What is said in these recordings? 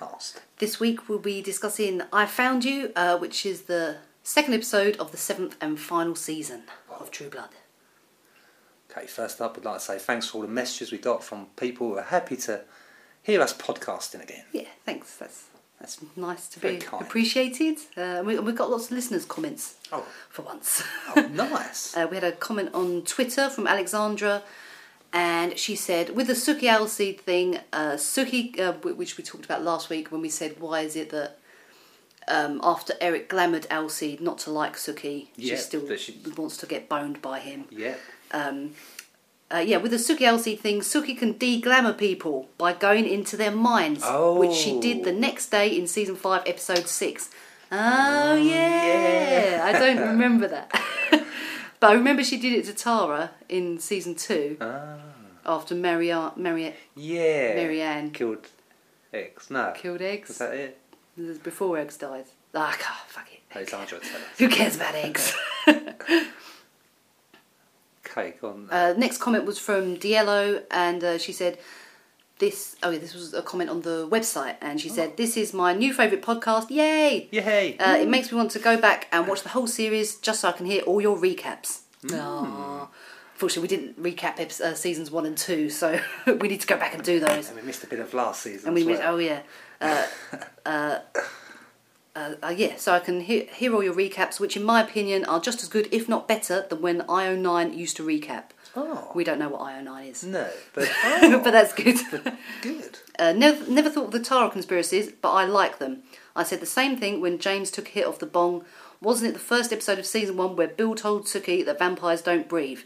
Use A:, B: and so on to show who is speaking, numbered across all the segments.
A: not. This week we'll be discussing I Found You, uh, which is the second episode of the seventh and final season of True Blood.
B: Okay, first up, we'd like to say thanks for all the messages we got from people who are happy to hear us podcasting again.
A: Yeah, thanks. That's that's nice to
B: Very
A: be
B: kind.
A: appreciated. Uh, we, we've got lots of listeners' comments
B: Oh,
A: for once.
B: oh nice.
A: Uh, we had a comment on Twitter from Alexandra, and she said, with the Suki owl seed thing, uh, Suki, uh, wh- which we talked about last week when we said, why is it that um, after Eric glamoured Alseed not to like Suki, she
B: Yeah,
A: still
B: that she-
A: wants to get boned by him?
B: Yeah.
A: Uh, yeah, with the Suki Elsie thing, Suki can de glamour people by going into their minds, which she did the
B: Oh.
A: next day in season 5, episode 6. Oh, yeah.
B: yeah.
A: I don't remember that. but I remember she did it to Tara in season 2
B: Ah,
A: after Marianne Mary,
B: yeah.
A: Marianne
B: Killed X. No.
A: killed
B: Is
A: eggs.
B: that it?
A: This is Before eggs died. Ah, God, fuck it.
B: Alexandra tell us.
A: Who cares about eggs?
B: Okay, go on.
A: Uh, next comment was from Diello, and uh, she said, "This oh yeah, this was a comment on the website, and she
B: Oh.
A: said, "This is my new favorite podcast. Yay!
B: Yay!
A: Uh, it makes me want to go back and watch the whole series just so I can hear all your recaps." Aw. Fortunately, we didn't recap eps- uh, seasons one and two, so we need to go back and do those.
B: and we missed a bit of last season.
A: And we
B: as
A: missed,
B: well.
A: oh yeah. Uh, uh, uh, uh, yeah, so I can hear, hear all your recaps, which in my opinion are just as good, if not better, than when IO9 used to recap.
B: Oh.
A: We don't know what IO9 is.
B: No, but oh,
A: Mm. but that's good.
B: good.
A: Uh, never, never thought of the Tara conspiracies, but I like them. I said the same thing when James took a hit off the bong. Wasn't it the first episode of season one where Bill told Suki that vampires don't breathe?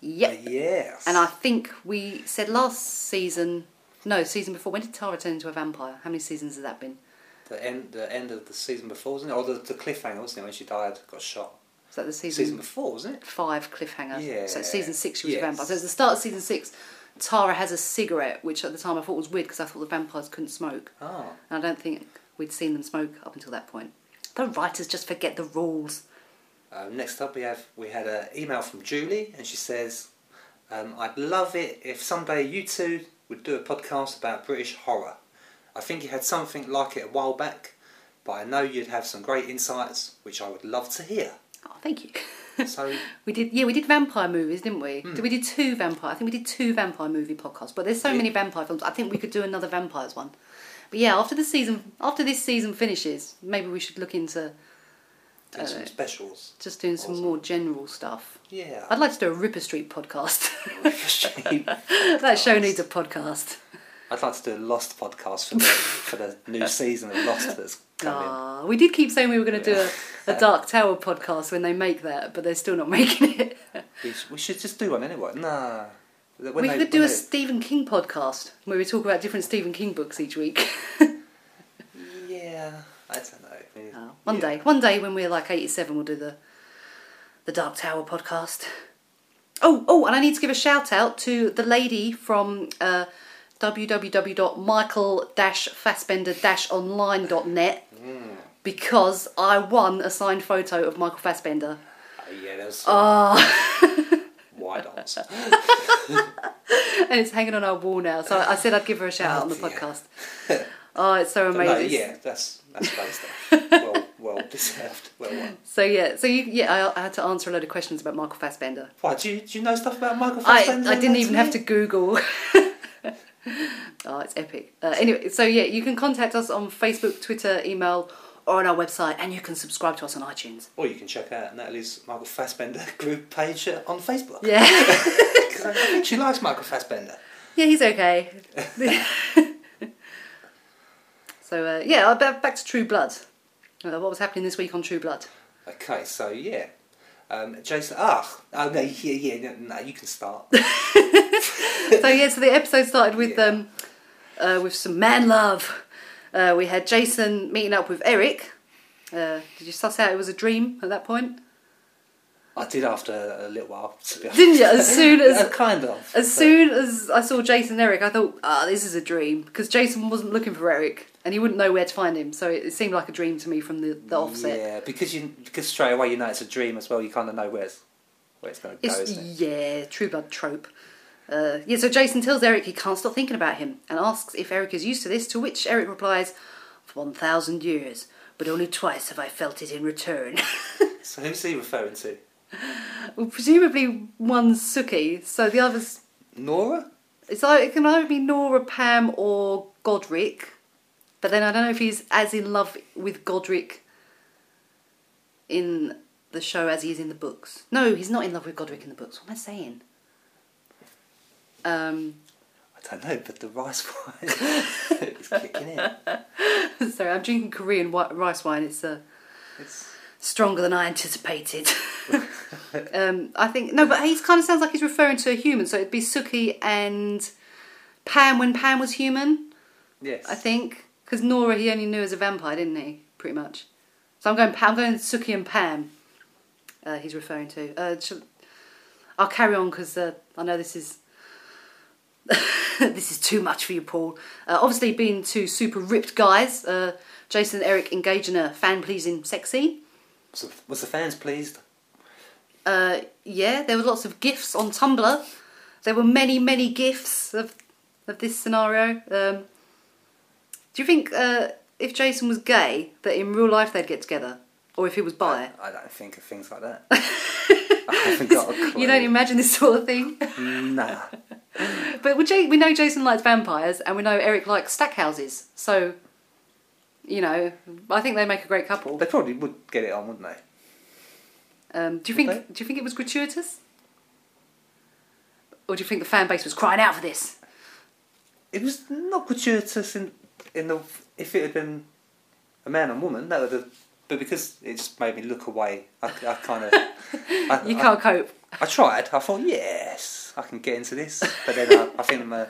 A: Yep.
B: Uh, Yes.
A: And I think we said last season, no, season before. When did Tara turn into a vampire? How many seasons has that been?
B: the end, the end of the season before, wasn't it? Or the, the cliffhanger, wasn't it? When she died, got shot.
A: Is that the season,
B: Season before, wasn't it?
A: five cliffhanger? So
B: Yeah.
A: it's season six, she was
B: Yes.
A: a vampire. So it's the start of season six. Tara has a cigarette, which at the time I thought was weird because I thought the vampires couldn't smoke.
B: Oh,
A: And I don't think we'd seen them smoke up until that point. The writers just forget the rules.
B: Um, next up, we have we had an email from Julie, and she says, um, "I'd love it if someday you two would do a podcast about British horror. I think you had something like it a while back, but I know you'd have some great insights, which I would love to hear."
A: Oh, thank you.
B: So,
A: we did, yeah, we did vampire movies, didn't we? Did we did two vampire? I think we did two vampire movie podcasts. But there's so
B: Yeah.
A: many vampire films. I think we could do another vampires one. But yeah, after the season, after this season finishes, maybe we should look into
B: do some specials.
A: just doing some
B: Awesome.
A: more general stuff.
B: Yeah.
A: I'd like to do a Ripper Street podcast.
B: I'd
A: that show needs a podcast.
B: like to do a Lost podcast for the, for the new season of Lost that's coming.
A: Ah, we did keep saying we were going to do a, a Dark Tower podcast when they make that, but they're still not making it.
B: We, sh- we should just do one anyway. Nah. When
A: we
B: they-
A: could do a
B: when they-
A: Stephen King podcast where we talk about different Stephen King books each week.
B: Yeah, I don't know. I mean,
A: Oh, one
B: yeah.
A: day, one day when we're like eighty-seven, we'll do the the Dark Tower podcast. Oh, oh, and I need to give a shout out to the lady from uh, www.michael-fassbender-online.net
B: Mm.
A: because I won a signed photo of Michael Fassbender.
B: Oh, yeah, that was
A: Ah.
B: wide odds.
A: and it's hanging on our wall now. So I I said I'd give her a shout out on the
B: dear.
A: podcast. Oh, it's so amazing.
B: No, yeah, that's that's great stuff. well, well deserved. Well won.
A: So yeah, so you, yeah, I, I had to answer a load of questions about Michael Fassbender.
B: Why do you, do you know stuff about Michael
A: I,
B: Fassbender?
A: I didn't
B: That's
A: even have
B: me?
A: to Google. oh, it's epic. Uh, anyway, so yeah, you can contact us on Facebook, Twitter, email, or on our website, and you can subscribe to us on iTunes.
B: Or you can check out Natalie's Michael Fassbender group page uh, on Facebook.
A: Yeah,
B: 'Cause I think she likes Michael Fassbender.
A: yeah, he's okay. so uh, yeah, ba- back to True Blood. Uh, what was happening this week on True Blood?
B: Okay, so yeah. Um, Jason, ah, oh no, yeah, yeah, no, no you can start.
A: so yeah, so the episode started with
B: Yeah.
A: um, uh, with some man love. Uh, we had Jason meeting up with Eric. Uh, did you suss out it was a dream at that point?
B: I did after a little while. To be honest.
A: Didn't you? As soon as-
B: Uh, kind of.
A: As soon as I saw Jason and Eric, I thought, ah, this is a dream because Jason wasn't looking for Eric and he wouldn't know where to find him. So it, it seemed like a dream to me from the, the offset.
B: Yeah, because you because straight away you know it's a dream as well. You kind of know where it's where it's going to go,
A: It's,
B: isn't it?
A: yeah, True Blood trope. Uh, yeah, so Jason tells Eric he can't stop thinking about him and asks if Eric is used to this, to which Eric replies, for 1,000 years, but only twice have I felt it in return.
B: So who's he referring to?
A: well, presumably one's Suki, so the other's.
B: Nora?
A: It's like, it can either be Nora, Pam, or Godric, but then I don't know if he's as in love with Godric in the show as he is in the books. No, he's not in love with Godric in the books. What am I saying? Um,
B: I don't know, but the rice wine is kicking in.
A: sorry, I'm drinking Korean wi- rice wine. It's a.
B: It's,
A: stronger than I anticipated. um, I think no, but he's kind of sounds like he's referring to a human, so it'd be Suki and Pam when Pam was human,
B: yes.
A: I think, because Nora he only knew as a vampire, didn't he? Pretty much. So I'm going. I'm going Suki and Pam. Uh, he's referring to. Uh, shall- I'll carry on because uh, I know this is. this is too much for you, Paul. Uh, obviously, being two super ripped guys, uh, Jason and Eric engage in a fan pleasing sex scene.
B: So, was the fans pleased?
A: uh, yeah, there were lots of gifs on Tumblr. There were many, many gifs of of this scenario. Um, do you think uh, if Jason was gay, that in real life they'd get together, or if he was bi?
B: I don't think of things like that. I haven't got a clue.
A: You don't imagine this sort of thing.
B: Nah.
A: but we, Ja- we know Jason likes vampires, and we know Eric likes stack houses. So, you know, I think they make a great couple.
B: They probably would get it on, wouldn't they?
A: Um, do you think?
B: Okay.
A: Do you think it was gratuitous, or do you think the fan base was crying out for this?
B: It was not gratuitous in, in the. If it had been a man and woman, that would have. But because it just made me look away, I, I kind of. I,
A: You can't cope.
B: I, I tried. I thought, yes, I can get into this. But then I, I think my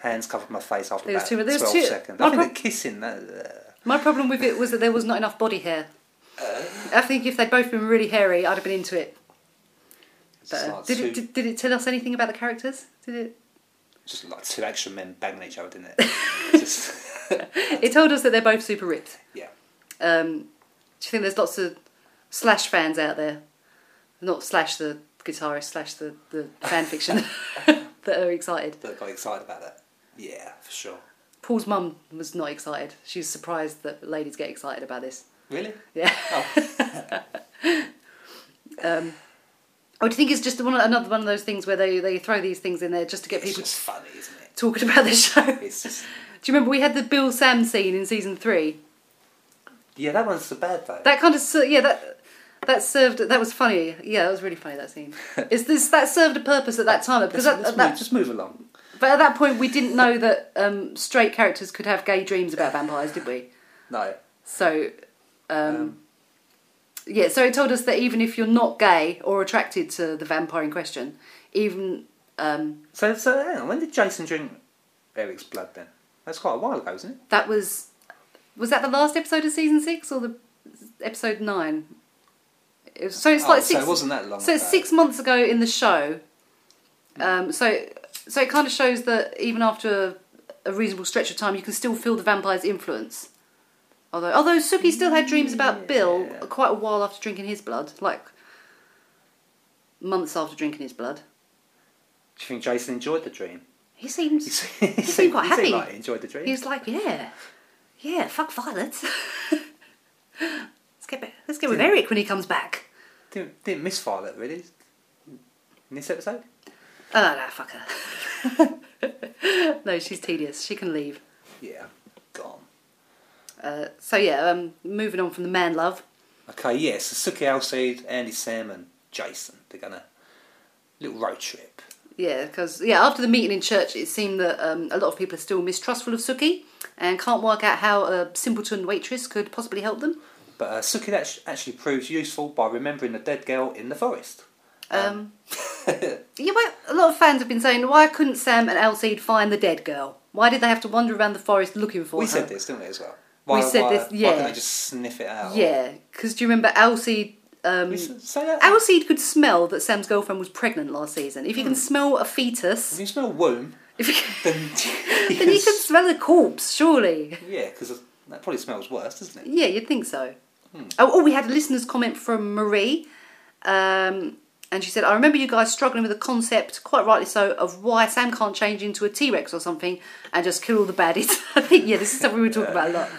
B: hands covered my face after
A: There was
B: about
A: too- there was
B: 12
A: too-
B: seconds.
A: my
B: I think
A: prob-
B: the kissing, uh, that,
A: My problem with it was that there was not enough body hair.
B: Uh.
A: I think if they'd both been really hairy, I'd have been into it. But,
B: It's
A: uh,
B: like
A: did,
B: two,
A: it did, did it tell us anything about the characters? Did it?
B: just like two action men banging each other, didn't it? just,
A: It told us that they're both super ripped.
B: yeah.
A: Um, do you think there's lots of Slash fans out there? Not Slash the guitarist, Slash the, the fan fiction that are excited.
B: That got excited about that. Yeah, for sure.
A: Paul's mum was not excited. She was surprised that ladies get excited about this.
B: Really?
A: Yeah.
B: Oh,
A: Um, I would think it's just one another one of those things where they, they throw these things in there just to get
B: it's
A: people
B: just funny, isn't it?
A: talking about the show. Do
B: It's just
A: you remember we had the Bill Sam scene in season three?
B: yeah, that one's so bad though.
A: That kind of ser- yeah that that served that was funny. Yeah, that was really funny that scene. Is this that served a purpose at that time? Because
B: Let's-
A: that,
B: let's
A: that-
B: move- just move along.
A: but at that point we didn't know that um, straight characters could have gay dreams about vampires, did we?
B: No,
A: So. Um, yeah, so it told us that even if you're not gay or attracted to the vampire in question, even um,
B: so so hang on. When did Jason drink Eric's blood? Then that's quite a while ago, isn't it?
A: that was was that the last episode of season six or the episode nine? It was, so it's
B: Oh,
A: like
B: so
A: six.
B: it wasn't that long
A: So it's
B: ago.
A: six months ago in the show. Um, so so it kind of shows that even after a, a reasonable stretch of time, you can still feel the vampire's influence. Although although Suki still had dreams about Bill
B: Yeah.
A: quite a while after drinking his blood, like months after drinking his blood.
B: Do you think Jason enjoyed the dream?
A: He seems
B: He
A: he's,
B: seemed, he
A: seemed quite
B: he
A: happy.
B: Seemed like he enjoyed the dream.
A: He was like, yeah, yeah, fuck Violet. let's get back, let's get with Eric when he comes back.
B: Didn't, didn't miss Violet really in this episode.
A: Oh no, fuck her. no, she's tedious. She can leave.
B: Yeah, gone.
A: Uh, so yeah, um, moving on from the man love.
B: Okay, yeah, so Suki Alcide, Andy Sam, and Jason. They're gonna little road trip.
A: Yeah, because yeah, after the meeting in church, it seemed that um, a lot of people are still mistrustful of Suki and can't work out how a simpleton waitress could possibly help them.
B: But uh, Suki act- actually proves useful by remembering the dead girl in the forest.
A: Um, yeah, well, a lot of fans have been saying, why couldn't Sam and Alcide find the dead girl? Why did they have to wander around the forest looking for
B: We
A: her?
B: said this, didn't we, as well?
A: We said this,
B: Why
A: yeah.
B: can't they just sniff it out?
A: Yeah, because do you remember Alcide? Um,
B: We s- say that?
A: Alcide could smell that Sam's girlfriend was pregnant last season. If you can smell a
B: If
A: fetus,
B: you smell womb,
A: if you can,
B: then you
A: then you can smell a corpse, surely.
B: Yeah, because that probably smells worse, doesn't it?
A: Yeah, you'd think so. Oh, oh, we had a listener's comment from Marie, um, and she said, "I remember you guys struggling with the concept, quite rightly so, of why Sam can't change into a T Rex or something and just kill all the baddies." I think yeah, this is something we were talking about a lot.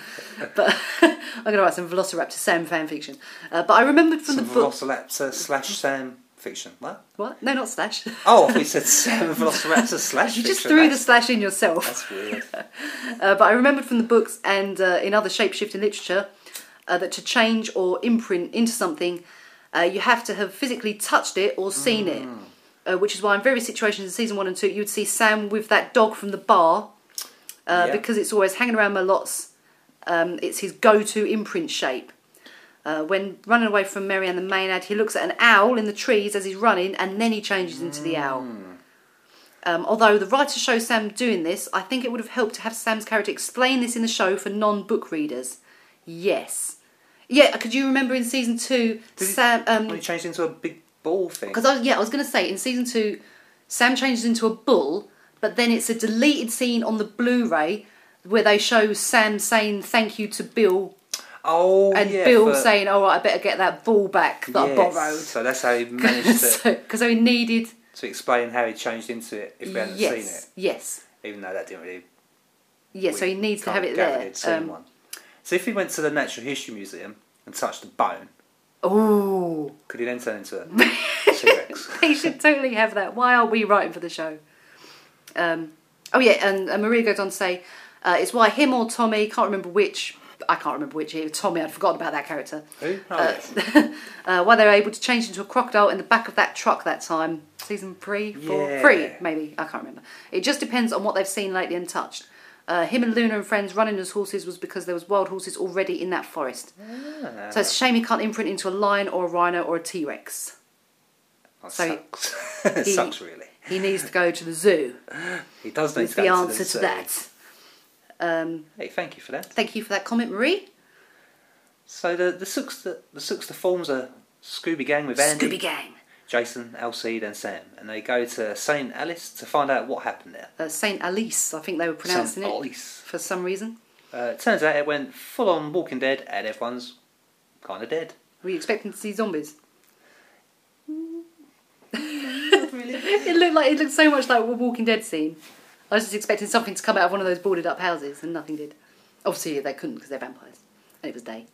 A: but I'm going to write some Velociraptor Sam fan fiction. Uh, but I remembered from
B: Some
A: the book.
B: Velociraptor slash Sam fiction. What?
A: what? No, not slash.
B: Oh, we said Sam Velociraptor slash
A: you
B: fiction.
A: just threw the
B: That's-
A: slash in yourself.
B: That's weird.
A: Uh, but I remembered from the books and uh, in other shapeshifting literature uh, that to change or imprint into something, uh, you have to have physically touched it or seen it. Uh, which is why in various situations in season one and two, you'd see Sam with that dog from the bar uh,
B: Yeah.
A: because it's always hanging around my lots. Um, it's his go-to imprint shape. Uh, when running away from Marianne the Maynard, he looks at an owl in the trees as he's running, and then he changes into the owl. Um, although the writer shows Sam doing this, I think it would have helped to have Sam's character explain this in the show for non-book readers. Yes, yeah. Could you remember in season two,
B: Did he-
A: Sam? um,
B: When he changed into a big ball thing.
A: because I was, yeah, I was going to say in season two, Sam changes into a bull, but then it's a deleted scene on the Blu-ray where they show Sam saying thank you to Bill
B: Oh,
A: and
B: yeah,
A: Bill
B: for-
A: saying, "All right, I better get that bull back that I
B: Yes,
A: borrowed."
B: So that's how he managed to,
A: Because so, he needed
B: to explain how he changed into it if we hadn't
A: yes,
B: seen it.
A: yes,
B: Even though that didn't really.
A: yes. So
B: we
A: he needs to
B: can't
A: have it
B: gather
A: there. Um,
B: he'd seen one. So if he went to the Natural History Museum and touched a bone,
A: oh,
B: could he then turn into a T Rex?
A: they should totally have that. Why aren't we writing for the show? Um, oh yeah, and, and Maria goes on to say uh, it's why him or Tommy can't remember which. I can't remember which. It was Tommy. I'd forgotten about that character.
B: Who? Oh,
A: Uh,
B: yes.
A: uh, why they were able to change into a crocodile in the back of that truck that time. Season three, four,
B: Yeah.
A: three, maybe. I can't remember. It just depends on what they've seen lately and touched. Uh, him and Luna and friends running as horses was because there was wild horses already in that forest.
B: Ah,
A: So it's a shame he can't imprint into a lion or a rhino or a T Rex.
B: that
A: so he-
B: Oh, sucks. it
A: he-
B: sucks, really.
A: He needs to go to the zoo.
B: He does need
A: Is
B: to
A: the
B: go into
A: answer
B: the
A: to
B: zoo.
A: that. Um,
B: Hey, thank you for that.
A: thank you for that comment, Marie.
B: So the the six the, the six the forms are Scooby Gang with Andy,
A: Scooby Gang.
B: Jason, Alcide, and Sam, and they go to Saint Alice to find out what happened there.
A: Uh, Saint Alice, I think they were pronouncing
B: Saint
A: it
B: Alice.
A: for some reason.
B: Uh, it turns out it went full on Walking Dead, and everyone's kind of dead.
A: Were you expecting to see zombies?
B: really?
A: It looked like it looked so much like a Walking Dead scene. I was just expecting something to come out of one of those boarded up houses, and nothing did. Obviously, they couldn't because they're vampires, and it was day.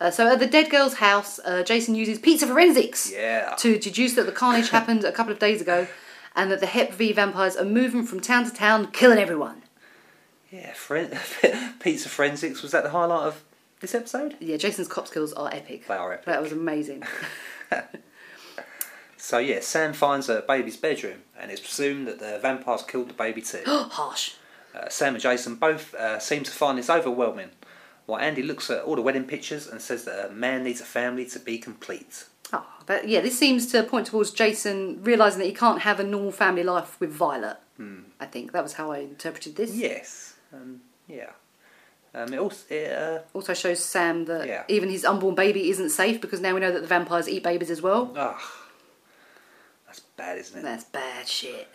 A: Uh, so at the dead girl's house, uh, Jason uses pizza forensics
B: Yeah.
A: to deduce that the carnage happened a couple of days ago, and that the Hep V vampires are moving from town to town, killing everyone.
B: Yeah, fren- pizza forensics was that the highlight of this episode?
A: Yeah, Jason's cop skills are epic.
B: They are epic.
A: That was amazing.
B: So yeah, Sam finds a baby's bedroom, and it's presumed that the vampires killed the baby too.
A: Harsh.
B: Uh, Sam and Jason both uh, seem to find this overwhelming, while Andy looks at all the wedding pictures and says that a man needs a family to be complete.
A: Oh, that, yeah, this seems to point towards Jason realizing that he can't have a normal family life with Violet.
B: Hmm.
A: I think that was how I interpreted this.
B: Yes, um, yeah. Um, it also, it, uh,
A: Also shows Sam that
B: Yeah.
A: even his unborn baby isn't safe because now we know that the vampires eat babies as well.
B: ah, that's bad, isn't it?
A: That's bad shit.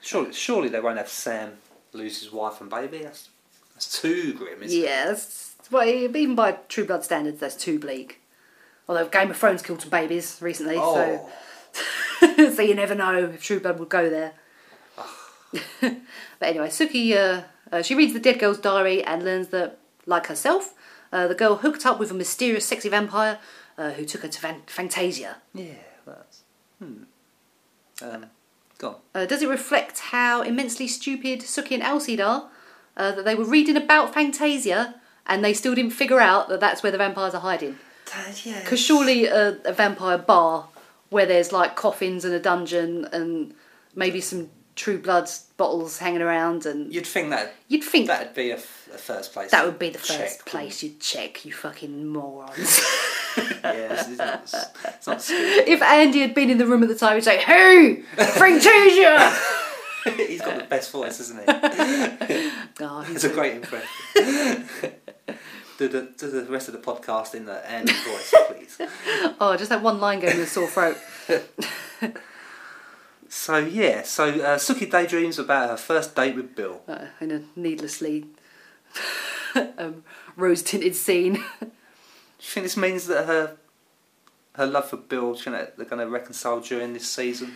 B: Surely, surely they won't have Sam lose his wife and baby. That's that's too grim, isn't it?
A: Yeah, that's, well, even by True Blood standards, that's too bleak. Although Game of Thrones killed some babies recently,
B: Oh,
A: so so you never know if True Blood would go there. but anyway, Suki, uh, uh, she reads the dead girl's diary and learns that, like herself, uh, the girl hooked up with a mysterious, sexy vampire uh, who took her to Fan- Fantasia.
B: yeah, that's hmm. Um, go on.
A: Uh, does it reflect how immensely stupid Suki and Alcide are uh, that they were reading about Fantasia and they still didn't figure out that that's where the vampires are hiding? Because surely a, a vampire bar where there's like coffins and a dungeon and maybe some True Blood bottles hanging around, and
B: You'd think that
A: you'd think
B: that'd be a, f- a first place.
A: that would be the
B: check,
A: first
B: wouldn't
A: place you'd check, you fucking morons.
B: it? yeah, it's, it's not, it's not stupid.
A: if Andy had been in the room at the time, he'd say, "Who, Fantasia?"
B: He's got the best voice, isn't he?
A: oh,
B: It's
A: he's
B: a great impression. do, the, do the rest of the podcast in the Andy voice, please.
A: Oh, just that one line going in the sore throat.
B: So yeah, so uh, Suki daydreams about her first date with Bill.
A: uh, in a needlessly um, rose tinted scene.
B: Do you think this means that her her love for Bill, do you know, they're going to reconcile during this season?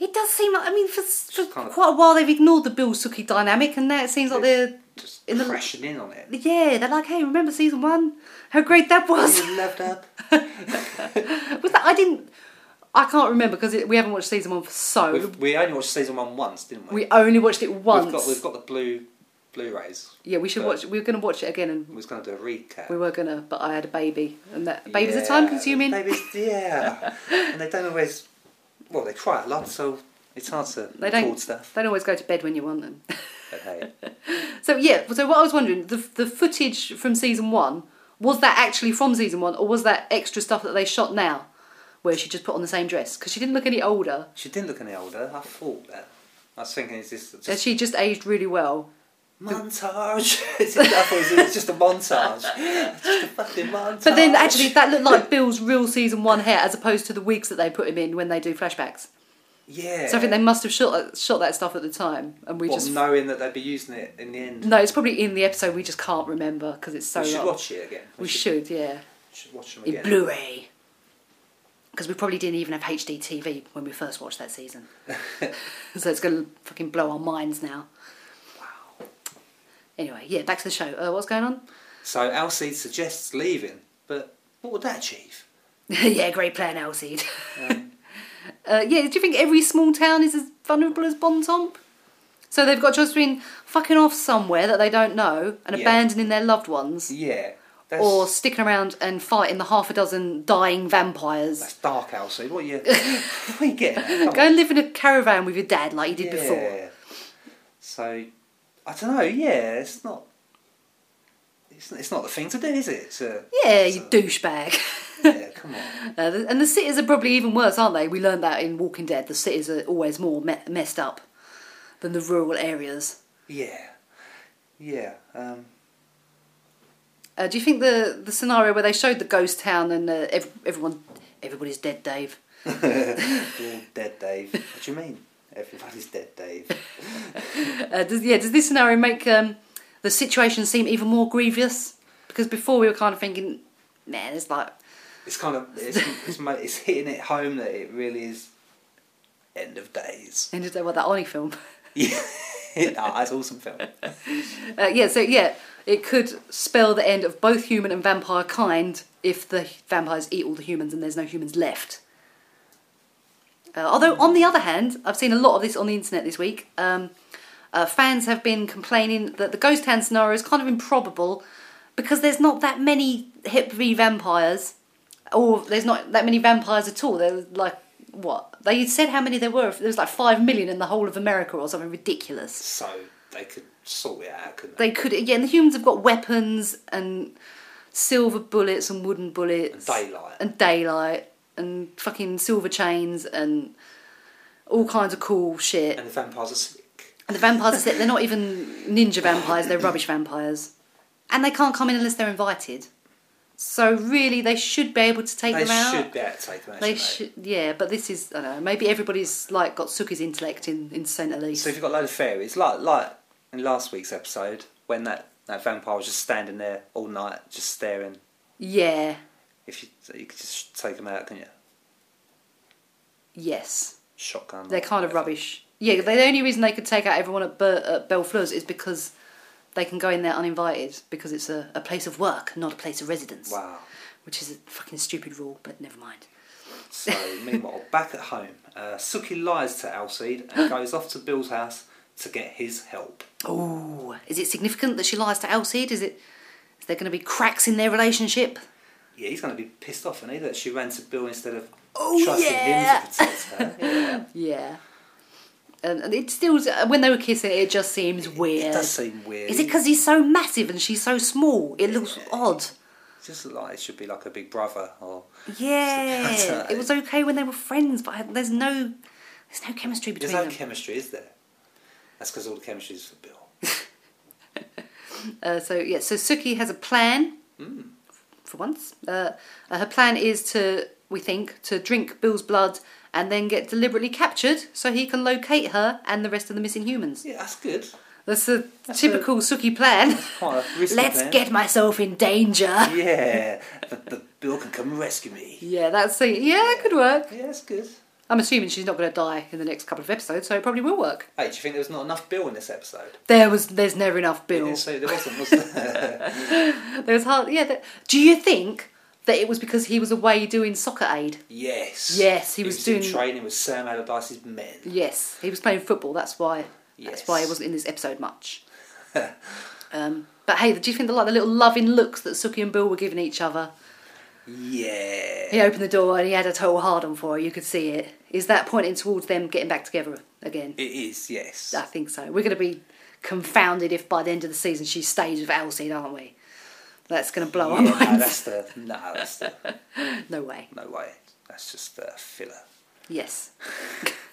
A: it does seem like, I mean, for, for
B: Kind of-
A: quite a while they've ignored the Bill Suki dynamic, and now it seems like they're
B: just
A: In the-
B: crashing in on it.
A: Yeah, they're like, hey, remember season one? How great that was.
B: You loved up.
A: was that? I didn't. I can't remember because we haven't watched season one for so.
B: We've, we only watched season one once, didn't we?
A: we only watched it once.
B: We've got we've got the blue Blu-rays.
A: yeah, we should
B: but-
A: watch. We were going to watch it again, and
B: We was going to do a recap.
A: we were gonna, but I had a baby, and that babies are time consuming.
B: Babies, yeah, and they don't always. Well, they cry a lot, so it's hard to
A: They
B: record
A: don't.
B: stuff.
A: They don't always go to bed when you want them.
B: But hey,
A: so yeah. So what I was wondering, the the footage from season one was that actually from season one, or was that extra stuff that they shot now, where she just put on the same dress because she didn't look any older
B: she didn't look any older. I thought that. I was thinking, is this just
A: and she just aged really well.
B: montage? It's just- I thought it was just a montage. just a fucking montage.
A: But then actually, that looked like Bill's real season one hair, as opposed to the wigs that they put him in when they do flashbacks.
B: yeah.
A: So I think they must have shot shot that stuff at the time, and we
B: What,
A: just
B: knowing that they'd be using it in the end.
A: no, it's probably in the episode. We just can't remember because it's so
B: we should
A: long.
B: watch it again.
A: we, should, yeah,
B: should watch them
A: in
B: again.
A: Blu-ray. Because we probably didn't even have HD TV when we first watched that season, so it's going to fucking blow our minds now.
B: Wow.
A: Anyway, yeah, back to the show. Uh, what's going on?
B: So Alcide suggests leaving, but what would that achieve?
A: yeah, great plan, Alcide.
B: Um,
A: Uh, yeah, do you think every small town is as vulnerable as Bontomp? So they've got just been fucking off somewhere that they don't know and
B: Yeah.
A: abandoning their loved ones,
B: yeah. That's,
A: or sticking around and fighting the half a dozen dying vampires.
B: that's dark, Alcide. What are you, what are you getting at? Come on.
A: Go and live in a caravan with your dad like you did before.
B: Yeah. So, I don't know. Yeah, it's not. It's it's not the thing to do, is it? To,
A: Yeah, you
B: So-
A: douchebag.
B: yeah, come on.
A: Uh, the- and the cities are probably even worse, aren't they? We learned that in Walking Dead. The cities are always more me- messed up than the rural areas.
B: Yeah, yeah. Um,
A: Uh, do you think the, the scenario where they showed the ghost town and uh, ev- everyone everybody's dead, Dave?
B: you're all dead, Dave. What do you mean? Everybody's dead, Dave.
A: Uh, does, yeah, does this scenario make um, the situation seem even more grievous? Because before we were kind of thinking, man, it's like
B: It's kind of it's it's, mo- it's hitting it home that it really is end of days.
A: ended up with that Oni film.
B: Yeah, Ah, that's awesome film.
A: Uh, yeah, so yeah, it could spell the end of both human and vampire kind if the vampires eat all the humans and there's no humans left. Uh, although, on the other hand, I've seen a lot of this on the internet this week. Um, uh, fans have been complaining that the ghost hand scenario is kind of improbable because there's not that many hip v vampires, or there's not that many vampires at all. There's like what they said how many there were. There was like five million in the whole of America or something ridiculous
B: So they could sort it out, couldn't they?
A: they could yeah and the humans have got weapons and silver bullets and wooden bullets
B: And daylight.
A: and daylight and fucking silver chains and all kinds of cool shit
B: And the vampires are sick.
A: and the vampires are sick. they're not even ninja vampires they're rubbish vampires and they can't come in unless they're invited so really they should be able to take
B: They
A: them out
B: should be able to take them out.
A: they
B: shouldn't
A: should yeah but this is i don't know maybe everybody's like got Suki's intellect in in Saint Elise
B: So if you've got a load of fairies, like like in last week's episode, when that, that vampire was just standing there all night, just staring.
A: yeah
B: If you you could just take them out, couldn't you?
A: yes
B: Shotgun.
A: They're kind of rubbish. Yeah, they- the only reason they could take out everyone at, Ber- at Bellfleurs is because they can go in there uninvited because it's a, a place of work, not a place of residence.
B: Wow.
A: Which is a fucking stupid rule, but never mind.
B: So meanwhile, back at home, uh, Suki lies to Alcide and goes off to Bill's house to get his help.
A: Oh, is it significant that she lies to Alcide? Is it? Is there going to be cracks in their relationship?
B: Yeah, he's going to be pissed off, and he that she ran to Bill instead of
A: Oh,
B: trusting
A: yeah.
B: him to protect her.
A: Yeah. And, and it still, when they were kissing, it just seems weird.
B: It does seem weird.
A: Is it because he's so massive and she's so small? It looks odd.
B: just like it should be like a big brother or
A: Yeah,
B: Sometimes.
A: it was okay when they were friends, but I, there's no, there's no chemistry between
B: There's no
A: them.
B: chemistry, is there? That's because all the chemistry is for Bill.
A: uh, so yeah, so Suki has a plan. For once, uh, uh, her plan is to, we think, to drink Bill's blood and then get deliberately captured so he can locate her and the rest of the missing humans.
B: Yeah, that's good.
A: That's a
B: That's
A: typical Suki plan.
B: Quite a risky
A: Let's
B: plan.
A: get myself in danger.
B: Yeah, but, but Bill can come and rescue me.
A: Yeah, that's it. Yeah, it could work.
B: Yeah, that's good.
A: I'm assuming she's not going to die in the next couple of episodes, so it probably will work.
B: Hey, do you think there was not enough Bill in this episode?
A: There was, there's never enough
B: You
A: Bill.
B: didn't say there wasn't, was there?
A: There was hard. Yeah. That, do you think that it was because he was away doing soccer aid?
B: yes.
A: Yes, he was
B: in
A: doing-
B: training with Sam Allardyce's men.
A: Yes, he was playing football. That's why.
B: Yes.
A: That's why he wasn't in this episode much. um, but hey, do you think that like the little loving looks that Suki and Bill were giving each other?
B: Yeah.
A: He opened the door and he had a total hard on for her. You could see it. Is that pointing towards them getting back together again?
B: It is, yes.
A: I think so. We're going to be confounded if by the end of the season she stays with Alcide, aren't we? That's going to blow
B: Yeah,
A: our minds.
B: no, that's the no, that's the
A: No way.
B: no way. That's just uh, filler,
A: Yes.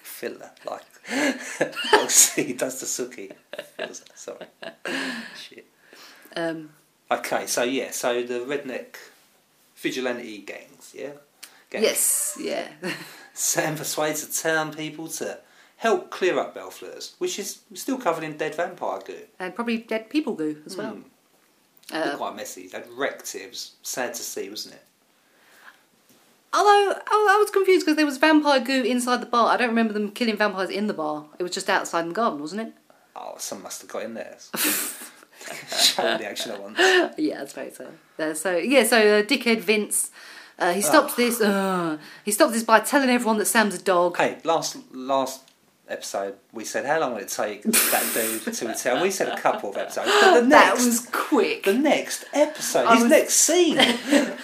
B: filler. Like Oxy does the Suki. Fillers, Sorry, shit.
A: Um,
B: Okay, so yeah, so the redneck vigilante gangs, yeah. Gangs.
A: yes. Yeah.
B: Sam persuades the town people to help clear up Bellfleurs, which is still covered in dead vampire goo.
A: and probably dead people goo as well.
B: Hmm.
A: Uh.
B: All quite messy. They had wrecked it. It was sad to see, wasn't it?
A: Although I I was confused because there was vampire goo inside the bar. I don't remember them killing vampires in the bar. It was just outside in the garden, wasn't it?
B: Oh, some must have got in there. Showing the action at once.
A: yeah, I suppose so. Uh, so yeah, so uh, dickhead Vince, uh, he stops this. Uh, he stops this by telling everyone that Sam's a dog.
B: Hey, last last episode we said how long would it take that dude to tell? We said a couple of episodes, but the
A: that
B: next
A: was quick.
B: the next episode,
A: I
B: his
A: was-
B: next scene,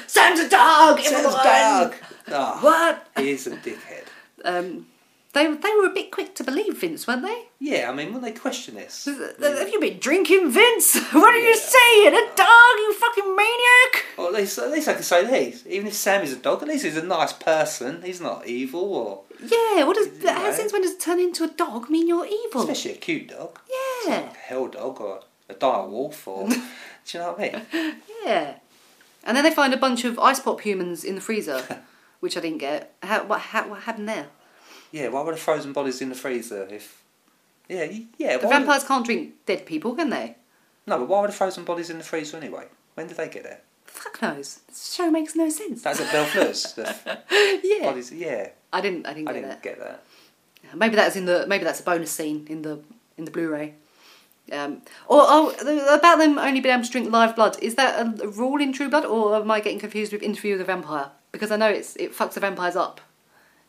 A: Sam's a dog.
B: Sam's
A: everyone!
B: dog. Ah,
A: What?
B: He is a dickhead.
A: Um, they they were a bit quick to believe Vince, weren't they?
B: Yeah, I mean, when they question this,
A: Have you been drinking, Vince? What are you
B: Yeah.
A: saying? A dog, you fucking maniac!
B: or at least, at least I can say, hey, even if Sam is a dog, at least he's a nice person. He's not evil, or
A: Yeah, what does
B: Yeah.
A: how since when does turning into a dog mean you're evil?
B: especially a cute dog,
A: Yeah,
B: a hell dog, or a dire wolf, or do you know what I mean?
A: yeah. And then they find a bunch of ice pop humans in the freezer, which I didn't get. How, what, how, what happened there?
B: Yeah, why were the frozen bodies in the freezer if? Yeah, y- yeah. why
A: The
B: would-
A: vampires can't drink dead people, can they?
B: No, but why were the frozen bodies in the freezer anyway? When did they get there?
A: Fuck knows. This show makes no sense.
B: That's at Belfleurs. The f-
A: yeah,
B: bodies. Yeah,
A: I didn't. I didn't
B: I
A: get
B: didn't
A: that.
B: get that.
A: Maybe that's in the. Maybe that's a bonus scene in the in the Blu-ray. Um, or oh, the- about them only being able to drink live blood. Is that a, a rule in True Blood, or am I getting confused with Interview with a Vampire? Because I know it's it fucks the vampires up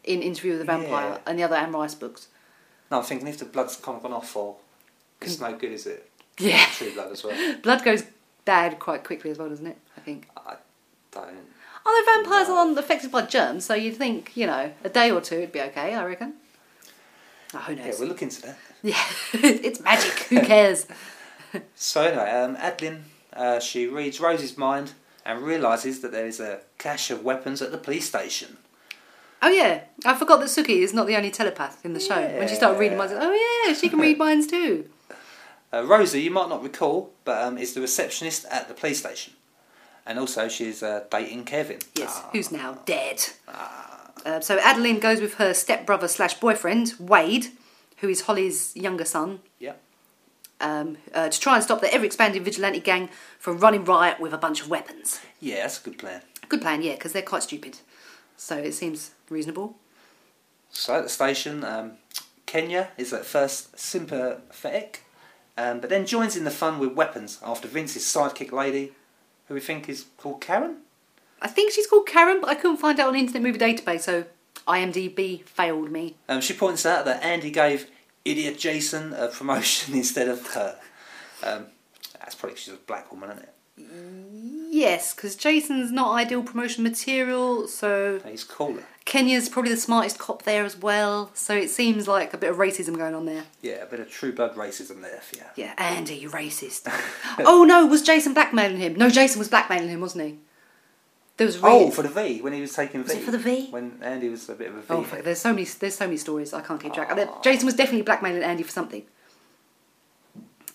A: in Interview with a Vampire
B: Yeah.
A: and the other Anne Rice books.
B: No, I'm thinking if the blood's kind of gone off, or it's no good, is it?
A: Yeah,
B: True blood as well.
A: blood goes bad quite quickly as well, doesn't it? I think.
B: I don't.
A: Although vampires
B: No.
A: aren't affected by germs, so you'd think you know a day or two would be okay. I reckon. Oh, who
B: Yeah,
A: knows?
B: we'll look into that.
A: yeah. it's magic. Who cares?
B: So anyway, um, Adeline, uh, she reads Rose's mind and realizes that there is a cache of weapons at the police station.
A: Oh yeah, I forgot that Suki is not the only telepath in the show. When she started reading minds, oh yeah, she can read minds too.
B: Uh, Rosie, you might not recall, but um, is the receptionist at the police station, and also she's uh, dating Kevin.
A: Yes,
B: Ah.
A: who's now dead. Uh, so Adeline goes with her stepbrother slash boyfriend Wade, who is Holly's younger son,
B: Yep.
A: um, uh, to try and stop the ever-expanding vigilante gang from running riot with a bunch of weapons.
B: Yeah, that's a good plan.
A: Good plan, yeah, because they're quite stupid. So it seems reasonable.
B: So at the station, um, Kenya is at first sympathetic, um, but then joins in the fun with weapons after Vince's sidekick lady, who we think is called Karen.
A: I think she's called Karen, but I couldn't find out on Internet Movie Database, so IMDb failed me.
B: Um, she points out that Andy gave idiot Jason a promotion instead of her. Um, that's probably 'cause she's a black woman, isn't it?
A: Yes, because Jason's not ideal promotion material, so
B: He's cooler.
A: Kenya's probably the smartest cop there as well. So it seems like a bit of racism going on there.
B: Yeah, a bit of true blood racism there for you.
A: Yeah, Andy, you racist. oh no, was Jason blackmailing him? No, Jason was blackmailing him, wasn't he? There was really.
B: Oh, for the V when he was taking V.
A: it for the V?
B: When Andy was a bit of a V.
A: Oh, fuck, there's so many there's so many stories I can't keep track. I mean, Jason was definitely blackmailing Andy for something.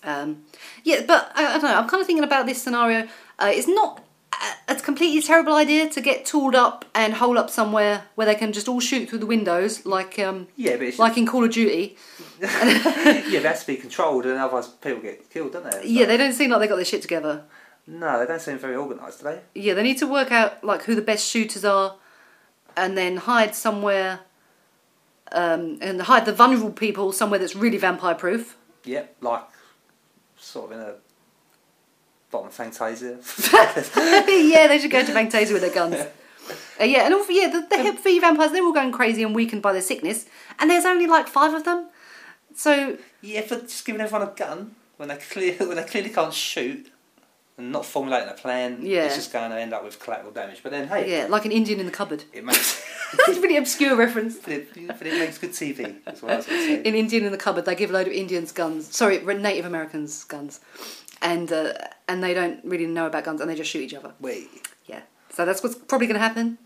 A: Um, yeah, but I, I don't know. I'm kind of thinking about this scenario. Uh, it's not a, a completely terrible idea to get tooled up and hole up somewhere where they can just all shoot through the windows, like um,
B: Yeah, but it's
A: like in Call of Duty.
B: yeah, that's to be controlled, and otherwise people get killed, don't they?
A: Yeah, they don't seem like they got their shit together.
B: No, they don't seem very organised, do they?
A: Yeah, they need to work out like who the best shooters are, and then hide somewhere um, and hide the vulnerable people somewhere that's really vampire proof.
B: Yep, like sort of in a bottom fantasia.
A: yeah, they should go to Fantasia with their guns. Uh, yeah, and all yeah, the, the hip V vampires, they're all going crazy and weakened by their sickness, and there's only like five of them. So
B: yeah, for just giving everyone a gun when they clear when they clearly can't shoot and not formulating a plan,
A: Yeah.
B: it's just going to end up with collateral damage. But then hey,
A: yeah, like an Indian in the cupboard.
B: it makes
A: That's a really obscure reference.
B: but it, but it makes good TV. That's what I was going to say.
A: In Indian in the cupboard, they give a load of Indians guns. Sorry, Native Americans guns, and uh, and they don't really know about guns, and they just shoot each other.
B: Wait,
A: Yeah. So that's what's probably going to happen.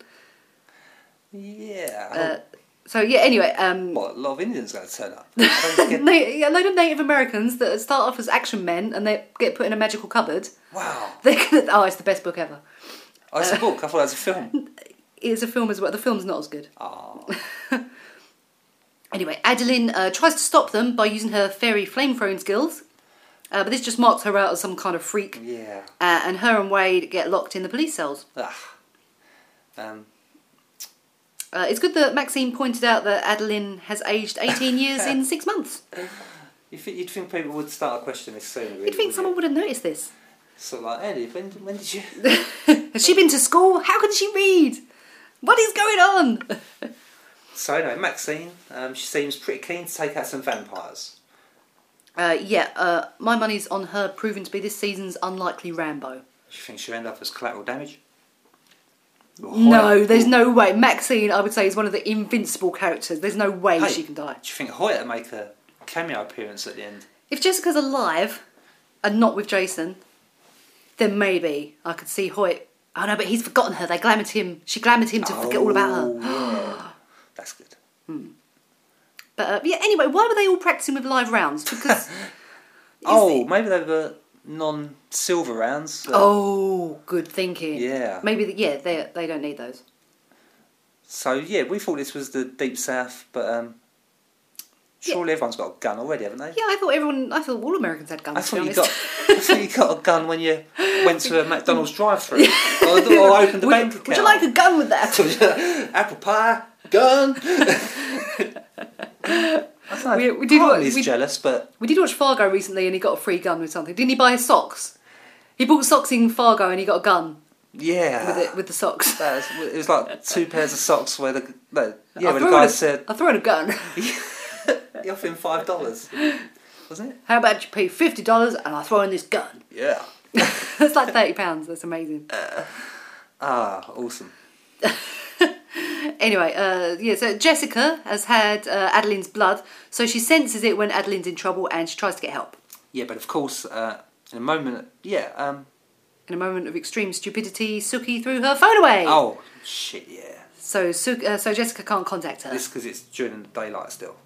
B: yeah. I
A: Uh,
B: don't-
A: so yeah. Anyway, um,
B: what, a lot of Indians going to turn up. I don't get-
A: Na- yeah, a load of Native Americans that start off as action men and they get put in a magical cupboard.
B: wow,
A: They're gonna, oh, it's the best book ever.
B: oh, it's a book. I thought it was a film.
A: It's a film as well. The film's not as good.
B: Oh,
A: Anyway, Adeline uh, tries to stop them by using her fairy flamethrowing skills, uh, but this just marks her out as some kind of freak.
B: yeah.
A: Uh, and her and Wade get locked in the police cells.
B: Ah. Um,
A: Uh, it's good that Maxine pointed out that Adeline has aged 18 years in six months.
B: you think, you'd think people would start a question this soon. Really,
A: You'd think
B: wouldn't
A: someone
B: you?
A: would have noticed this.
B: Sort of like, Andy, when, when did you.
A: Has she been to school? How can she read? What is going on?
B: So anyway, Maxine, um, she seems pretty keen to take out some vampires.
A: Uh, yeah, uh, my money's on her proving to be this season's unlikely Rambo.
B: Do you think she'll end up as collateral damage? Or
A: No,
B: Hoyt?
A: there's no way. Maxine, I would say, is one of the invincible characters. There's no way
B: Hey,
A: she can die.
B: Do you think Hoyt will make a cameo appearance at the end?
A: If Jessica's alive and not with Jason, then maybe I could see Hoyt. Oh no, but he's forgotten her. They glamoured him. She glamoured him to forget all about her.
B: Oh, yeah. That's good.
A: But uh, yeah, anyway, why were they all practicing with live rounds? Because. is
B: oh,
A: it-
B: maybe they were non-silver rounds. uh,
A: Oh, good thinking.
B: Yeah.
A: Maybe, th- yeah, they, they don't need those.
B: So yeah, we thought this was the deep south, but um,
A: Yeah.
B: surely everyone's got a gun already, haven't they?
A: Yeah, I thought everyone, I thought all Americans had guns.
B: I
A: to
B: thought
A: be
B: you got.
A: honest.
B: I thought you got a gun when you went to a McDonald's drive-through or, or opened a
A: would,
B: bank account.
A: would you like a gun with that?
B: apple pie, gun.
A: We- we did what-
B: He's
A: we-
B: jealous, but
A: we did watch Fargo recently and he got a free gun with something. Didn't he buy socks? He bought socks in Fargo and he got a gun
B: yeah,
A: with it with the socks.
B: That was- it was like two pairs of socks where the no, yeah,
A: I
B: where the
A: throw in
B: guy
A: a-
B: said
A: I throw in a gun.
B: he offered him five dollars, wasn't it?
A: How about you pay fifty dollars and I throw in this gun?
B: Yeah.
A: That's like thirty pounds. That's amazing.
B: Ah, awesome.
A: Anyway, uh, yeah. So Jessica has had uh, Adeline's blood, so she senses it when Adeline's in trouble and she tries to get help.
B: Yeah, but of course, uh, in a moment, yeah. Um,
A: In a moment of extreme stupidity, Suki threw her phone away.
B: oh shit, yeah.
A: So Su- uh, so Jessica can't contact her.
B: This because it's during the daylight still.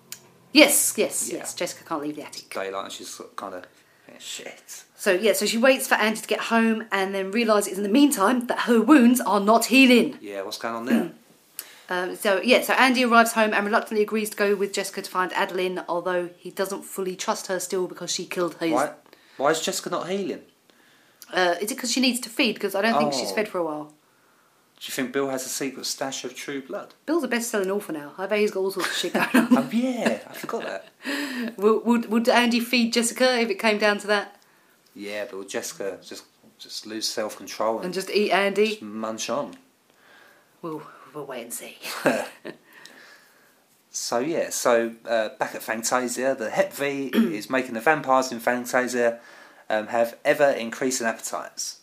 A: Yes, yes,
B: Yeah.
A: yes. Jessica can't leave the attic.
B: Daylight, and she's kind of shit.
A: So yeah, so she waits for Andy to get home and then realizes in the meantime that her wounds are not healing.
B: Yeah, what's going on there?
A: Um, so yeah, so Andy arrives home and reluctantly agrees to go with Jessica to find Adeline, although he doesn't fully trust her still because she killed her.
B: Why? Why is Jessica not healing?
A: Uh, is it because she needs to feed? Because I don't think she's
B: Oh.
A: fed for a while.
B: Do you think Bill has a secret stash of True Blood?
A: Bill's a best-selling author now. I bet he's got all sorts of shit going on.
B: Oh yeah, I forgot that.
A: would, would, would Andy feed Jessica if it came down to that
B: Yeah, but will Jessica just just lose self control and,
A: and just eat Andy?
B: just munch on?
A: We'll, we'll wait and see.
B: So yeah, so uh, back at Fantasia, the Hep V is making the vampires in Fantasia um, have ever increasing appetites.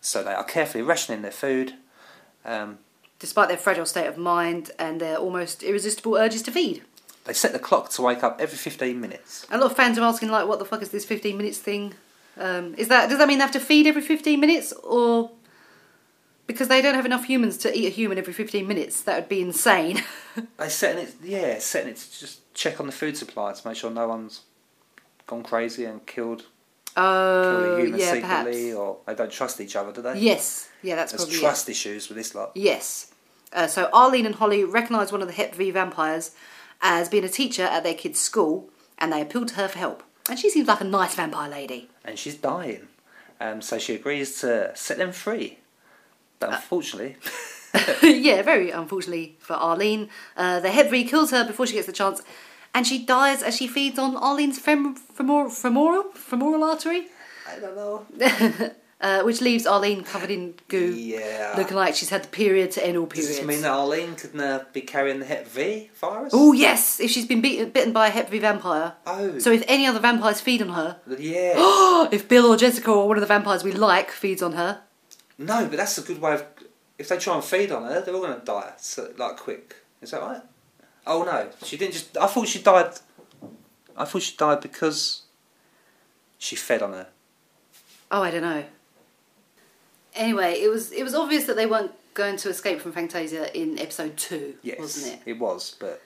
B: So they are carefully rationing their food. Um,
A: Despite their fragile state of mind and their almost irresistible urges to feed.
B: they set the clock to wake up every fifteen minutes.
A: A lot of fans are asking, like, what the fuck is this 15 minutes thing? Um, is that does that mean they have to feed every 15 minutes, or because they don't have enough humans to eat a human every 15 minutes? That would be insane.
B: They setting it, yeah, setting it to just check on the food supply to make sure no one's gone crazy and killed
A: Oh,
B: kill the human
A: yeah,
B: secretly,
A: perhaps.
B: or they don't trust each other, do they?
A: Yes, yeah, that's
B: There's
A: probably it.
B: trust issues with this lot.
A: Yes. Uh, so Arlene and Holly recognise one of the Hep V vampires as being a teacher at their kid's school, and they appeal to her for help. And she seems like a nice vampire lady.
B: And she's
A: Uh,
B: dying. Um, so she agrees to set them free. But unfortunately,
A: yeah, very unfortunately for Arlene. Uh, the Hebri kills her before she gets the chance, and she dies as she feeds on Arlene's fem- femor- femoral femoral artery,
B: I don't know.
A: uh, which leaves Arlene covered in goo,
B: Yeah.
A: looking like she's had the period to end all
B: Does
A: periods.
B: this mean that Arlene could now be carrying the Hep V virus?
A: Oh yes, if she's been beaten, bitten by a Hep B vampire.
B: Oh.
A: So if any other vampires feed on her,
B: Yeah.
A: if Bill or Jessica or one of the vampires we like feeds on her,
B: no, but that's a good way of. If they try and feed on her, they're all going to die, so, like quick. Is that right? Oh no, she didn't just. I thought she died. I thought she died because she fed on her.
A: oh I don't know. Anyway, it was it was obvious that they weren't going to escape from Fantasia in episode two,
B: Yes,
A: wasn't it?
B: was, but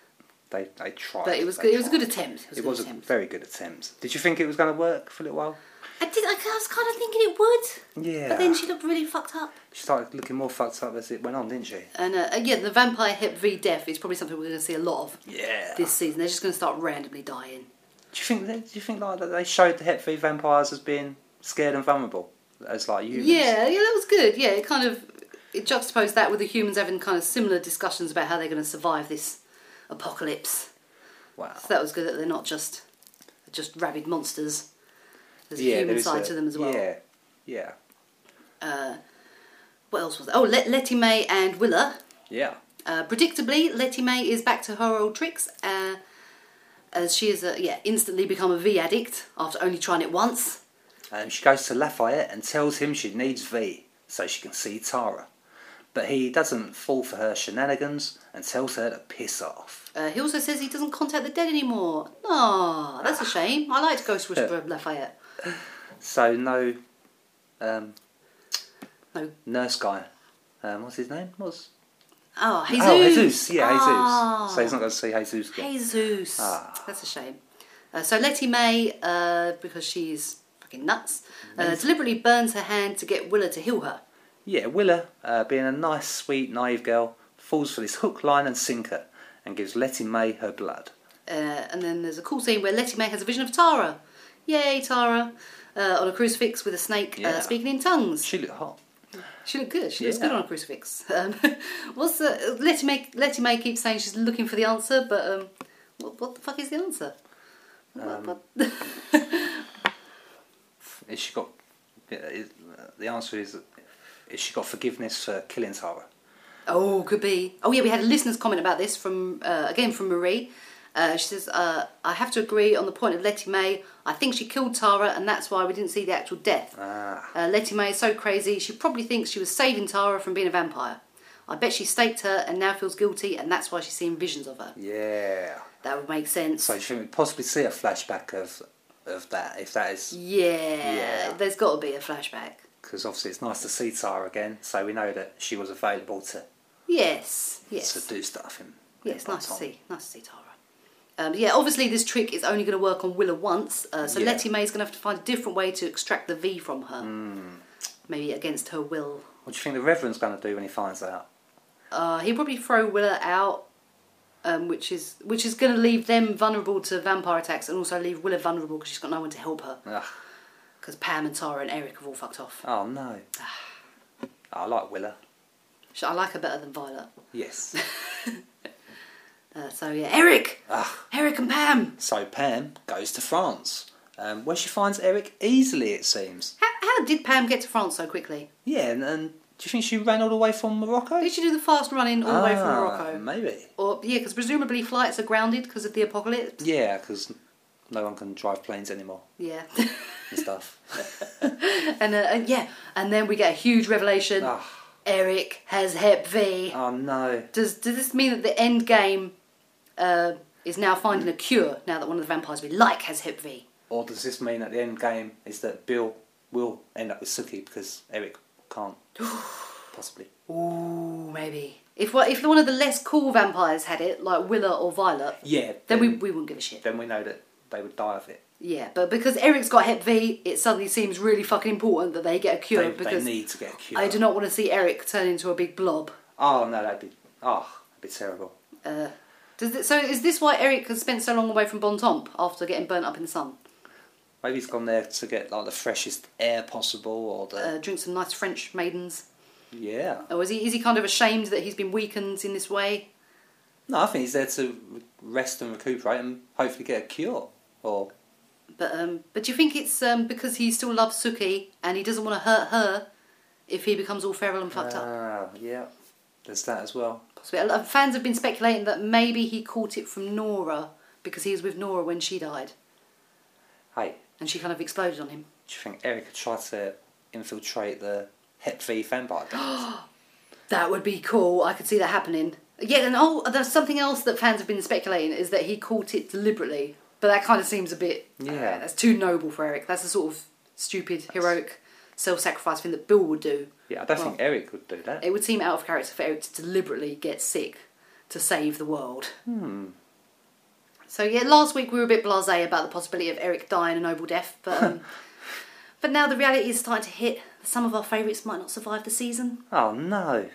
B: they they tried.
A: But it was
B: they
A: good. It was a
B: tried.
A: good attempt. It was, a
B: It
A: good
B: was a
A: attempt.
B: very good attempt. Did you think it was going to work for a little while?
A: I did. I, I was kind of thinking it would,
B: Yeah.
A: but then she looked really fucked up.
B: She started looking more fucked up as it went on, didn't she?
A: And uh, again, the vampire hip v death is probably something we're going to see a lot of
B: Yeah.
A: this season. They're just going to start randomly dying.
B: Do you think that, do you think like that they showed the Hep V vampires as being scared and vulnerable as like humans?
A: Yeah, yeah, that was good. Yeah, it kind of it juxtaposed that with the humans having kind of similar discussions about how they're going to survive this apocalypse.
B: Wow.
A: So that was good that they're not just just rabid monsters. There's a
B: yeah, there
A: human
B: is
A: side
B: a-
A: to them as well.
B: Yeah. Yeah.
A: What else was there? Oh, Let- Letty May and Willa.
B: Yeah.
A: Uh, predictably, Letty May is back to her old tricks, uh, as she is a, yeah instantly become a V addict after only trying it once.
B: Um, she goes to Lafayette and tells him she needs V so she can see Tara. But he doesn't fall for her shenanigans and tells her to piss off.
A: Uh, he also says he doesn't contact the dead anymore. Ah, that's a shame. I liked Ghost Whisperer Lafayette.
B: So no um,
A: No.
B: nurse guy. Um, what's his name? What's
A: Oh, Jesus.
B: Oh Jesus, yeah,
A: Ah.
B: Jesus. So he's not gonna see Jesus again.
A: Jesus.
B: Ah.
A: That's a shame. Uh, so Letty May, uh, because she's fucking nuts, uh, deliberately burns her hand to get Willa to heal her.
B: Yeah, Willa, uh, being a nice, sweet, naive girl, falls for this hook, line, and sinker and gives Letty May her blood.
A: Uh, and then there's a cool scene where Letty May has a vision of Tara. Yay, Tara. Uh, on a crucifix with a snake uh,
B: Yeah.
A: speaking in tongues.
B: She looked hot.
A: She looked good. She looks
B: Yeah.
A: good on a crucifix. Um, what's the, Letty May? Letty May keeps saying she's looking for the answer, but um, what, what the fuck is the answer?
B: Um,
A: What- what-
B: Is she got. uh, Is, uh, the answer is. Is she got forgiveness for killing Tara?
A: Oh, could be. Oh, yeah, we had a listener's comment about this from, uh, again, from Marie. Uh, she says, uh, I have to agree on the point of Letty May. I think she killed Tara, and that's why we didn't see the actual death.
B: Ah.
A: Uh, Letty May is so crazy, she probably thinks she was saving Tara from being a vampire. I bet she staked her and now feels guilty, and that's why she's seeing visions of her.
B: Yeah.
A: That would make sense.
B: So do you think we possibly see a flashback of of that, if that is.
A: yeah,
B: Yeah.
A: there's got to be a flashback.
B: Because obviously it's nice to see Tara again, so we know that she was available to,
A: Yes, yes.
B: to do stuff in.
A: Yeah, it's
B: in
A: nice to
B: Bonton.
A: see. Nice to see Tara. Um, yeah, obviously this trick is only going to work on Willa once, uh, so
B: Yeah.
A: Letty May's going to have to find a different way to extract the V from her.
B: Hmm.
A: Maybe against her will.
B: What do you think the Reverend's going to do when he finds out?
A: Uh, he'll probably throw Willa out, um, which is which is going to leave them vulnerable to vampire attacks and also leave Willa vulnerable because she's got no one to help her.
B: Ugh.
A: Because Pam and Tara and Eric have all fucked off.
B: Oh no. I like Willa.
A: Sh- I like her better than Violet.
B: Yes.
A: Uh, so yeah, Eric!
B: Ugh.
A: Eric and Pam!
B: So Pam goes to France, um, where she finds Eric easily, it seems.
A: How, how did Pam get to France so quickly?
B: Yeah, and, and do you think she ran all the way from Morocco?
A: Did she do the fast running all the way from
B: Ah,
A: Morocco?
B: Maybe.
A: Or yeah, because presumably flights are grounded because of the apocalypse.
B: Yeah, because no one can drive planes anymore
A: Yeah,
B: and stuff.
A: and, uh, and yeah, and then we get a huge revelation.
B: Ah.
A: Eric has Hep V.
B: oh no.
A: Does does this mean that the end game uh, is now finding a cure? Now that one of the vampires we like has Hep V.
B: Or does this mean that the end game is that Bill will end up with Suki because Eric can't? Possibly.
A: Ooh, maybe. If one- if one of the less cool vampires had it, like Willa or Violet,
B: Yeah.
A: then we we wouldn't give a shit.
B: then we know that they would die of it.
A: Yeah, but because Eric's got Hep V, it suddenly seems really fucking important that they get a cure
B: They, they
A: because
B: need to get a cure.
A: I do not want to see Eric turn into a big blob.
B: Oh no, that'd be oh, that'd be terrible.
A: Uh, does it, so is this why Eric has spent so long away from Bon Temps after getting burnt up in the sun?
B: Maybe he's gone there to get like the freshest air possible, or the
A: Uh, drink some nice French maidens.
B: Yeah.
A: Or is he, is he kind of ashamed that he's been weakened in this way?
B: No, I think he's there to rest and recuperate and hopefully get a cure. Or
A: But um, but do you think it's um, because he still loves Suki and he doesn't want to hurt her if he becomes all feral and fucked up?
B: Ah, yeah. There's that as well.
A: Possibly. A lot of fans have been speculating that maybe he caught it from Nora because he was with Nora when she died
B: Hey,
A: and she kind of exploded on him.
B: do you think Erica tried to infiltrate the Hep V vampire? gang?
A: That would be cool. I could see that happening. Yeah, and oh, there's something else that fans have been speculating is that he caught it deliberately. But that kind of seems a bit.
B: Yeah.
A: uh, that's too noble for Eric. That's the sort of stupid, heroic, self sacrifice thing that Bill would do.
B: yeah, I don't
A: Well-
B: think Eric would do that.
A: It would seem out of character for Eric to deliberately get sick to save the world. Hmm. So yeah, last week we were a bit blasé about the possibility of Eric dying a noble death, but um, but now the reality is starting to hit. Some of our favourites might not survive the season.
B: Oh no.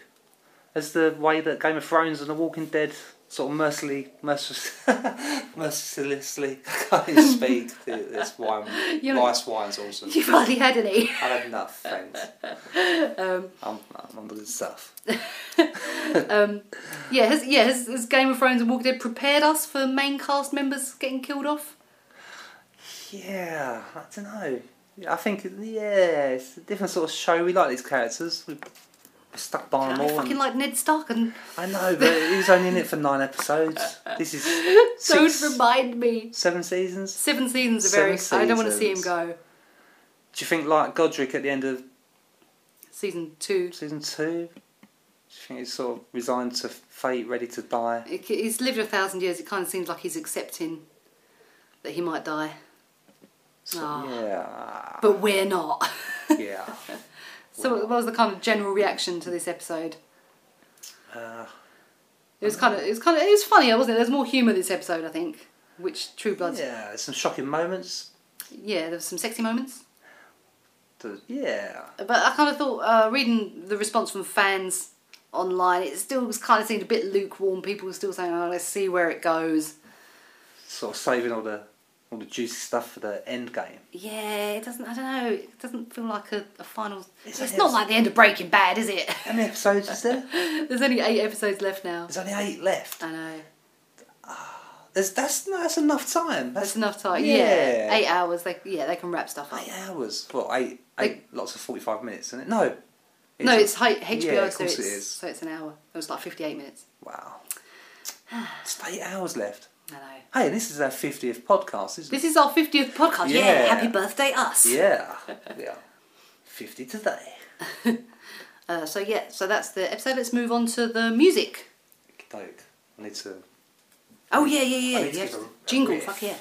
B: As the way that Game of Thrones and The Walking Dead sort of mercilessly, merciless, mercilessly, I can't even speak. This wine,
A: You know-
B: rice wine's awesome.
A: You've hardly had any.
B: I've had enough, thanks. Um, I'm, I'm on the good stuff.
A: Um, Yeah, has, yeah. Has, has Game of Thrones and Walking Dead prepared us for main cast members getting killed off?
B: Yeah, I don't know. I think, yeah, it's a different sort of show. We like these characters. We're stuck by them
A: I
B: all.
A: fucking
B: and-
A: like Ned Stark, and
B: I know, but he was only in it for nine episodes. This is
A: don't
B: six,
A: remind me.
B: seven seasons.
A: Seven seasons of
B: Seven
A: Eric. I don't want to see him
B: seasons.
A: go.
B: Do you think, like Godric at the end of
A: Season two.
B: season two? Do you think he's sort of resigned to fate, ready to die?
A: It- He's lived a thousand years. It kind of seems like he's accepting that he might die,
B: So, Yeah,
A: but we're not.
B: yeah.
A: so, what was the kind of general reaction to this episode?
B: Uh,
A: It was kind of, it was kind of, it was funnier, wasn't it? There's more humour this episode, I think. Which True Bloods, yeah,
B: yeah, there's some shocking moments.
A: there was some sexy moments.
B: The- Yeah,
A: But I kind of thought, uh, reading the response from fans online, it still was kind of seemed a bit lukewarm. People were still saying, oh, let's see where it goes.
B: sort of saving all the all the juicy stuff for the end game.
A: Yeah, it doesn't, I don't know, it doesn't feel like a, a final.
B: It's-
A: It's, not
B: it's-
A: like the end of Breaking Bad, is it?
B: How many episodes is there?
A: There's only eight episodes left now.
B: There's only eight left.
A: I know.
B: There's, that's no, that's enough time.
A: That's enough time. Yeah. Eight hours. They yeah, they can wrap stuff up.
B: Eight hours. Well, eight,
A: Like-
B: eight lots of 45 minutes, isn't it? No.
A: no, it's hi- HBO,
B: Yeah, of
A: so
B: course
A: it's
B: it is.
A: so it's an hour. It was like fifty-eight minutes.
B: Wow. It's eight hours left.
A: I know.
B: Hey, and this is our 50th podcast, isn't
A: This is our fiftieth podcast. Yeah.
B: Yeah.
A: Happy birthday, us.
B: it? Yeah. yeah. 50 today.
A: Uh, so yeah, so that's the episode. Let's move on to the music.
B: Doke. I need to.
A: Oh yeah, yeah,
B: I
A: yeah.
B: need to
A: yeah.
B: give a- a
A: Jingle.
B: riff.
A: Fuck yeah.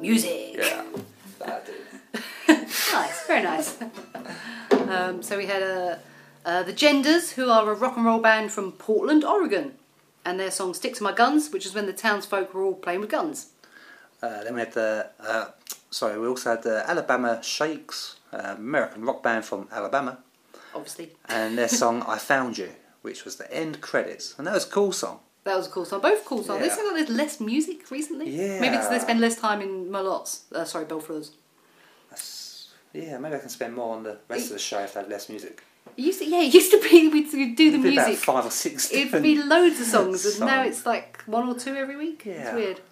A: Music.
B: Yeah. That'll do.
A: Nice, very nice. um, so we had uh, uh, the Genders, who are a rock and roll band from Portland, Oregon, and their song "Stick to My Guns," which is when the townsfolk were all playing with guns.
B: Uh, then we had the uh, sorry, we also had the Alabama Shakes, uh, American rock band from Alabama,
A: Obviously,
B: and their song "I Found You," which was the end credits, and that was a cool song.
A: that was a cool song. Both cool songs. They
B: Yeah.
A: sound like there's less music recently. Maybe it's they
B: Yeah.
A: spend less time in Malots. Uh, sorry, Belfleurs.
B: That's, yeah, maybe I can spend more on the rest of the show if they had less music.
A: It used to, yeah, it used to be we'd we'd do the
B: It'd be about
A: music.
B: five or six.
A: It'd
B: different-
A: be loads of songs, and now
B: songs.
A: it's like one or two every week. It's
B: Yeah.
A: weird.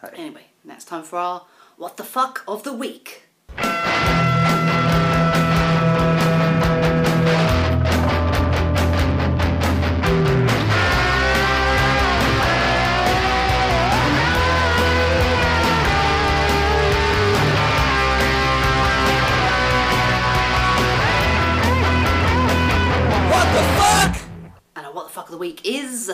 B: Hey.
A: Anyway, now it's time for our What the Fuck of the Week.
B: What the fuck?
A: And our What the Fuck of the Week is.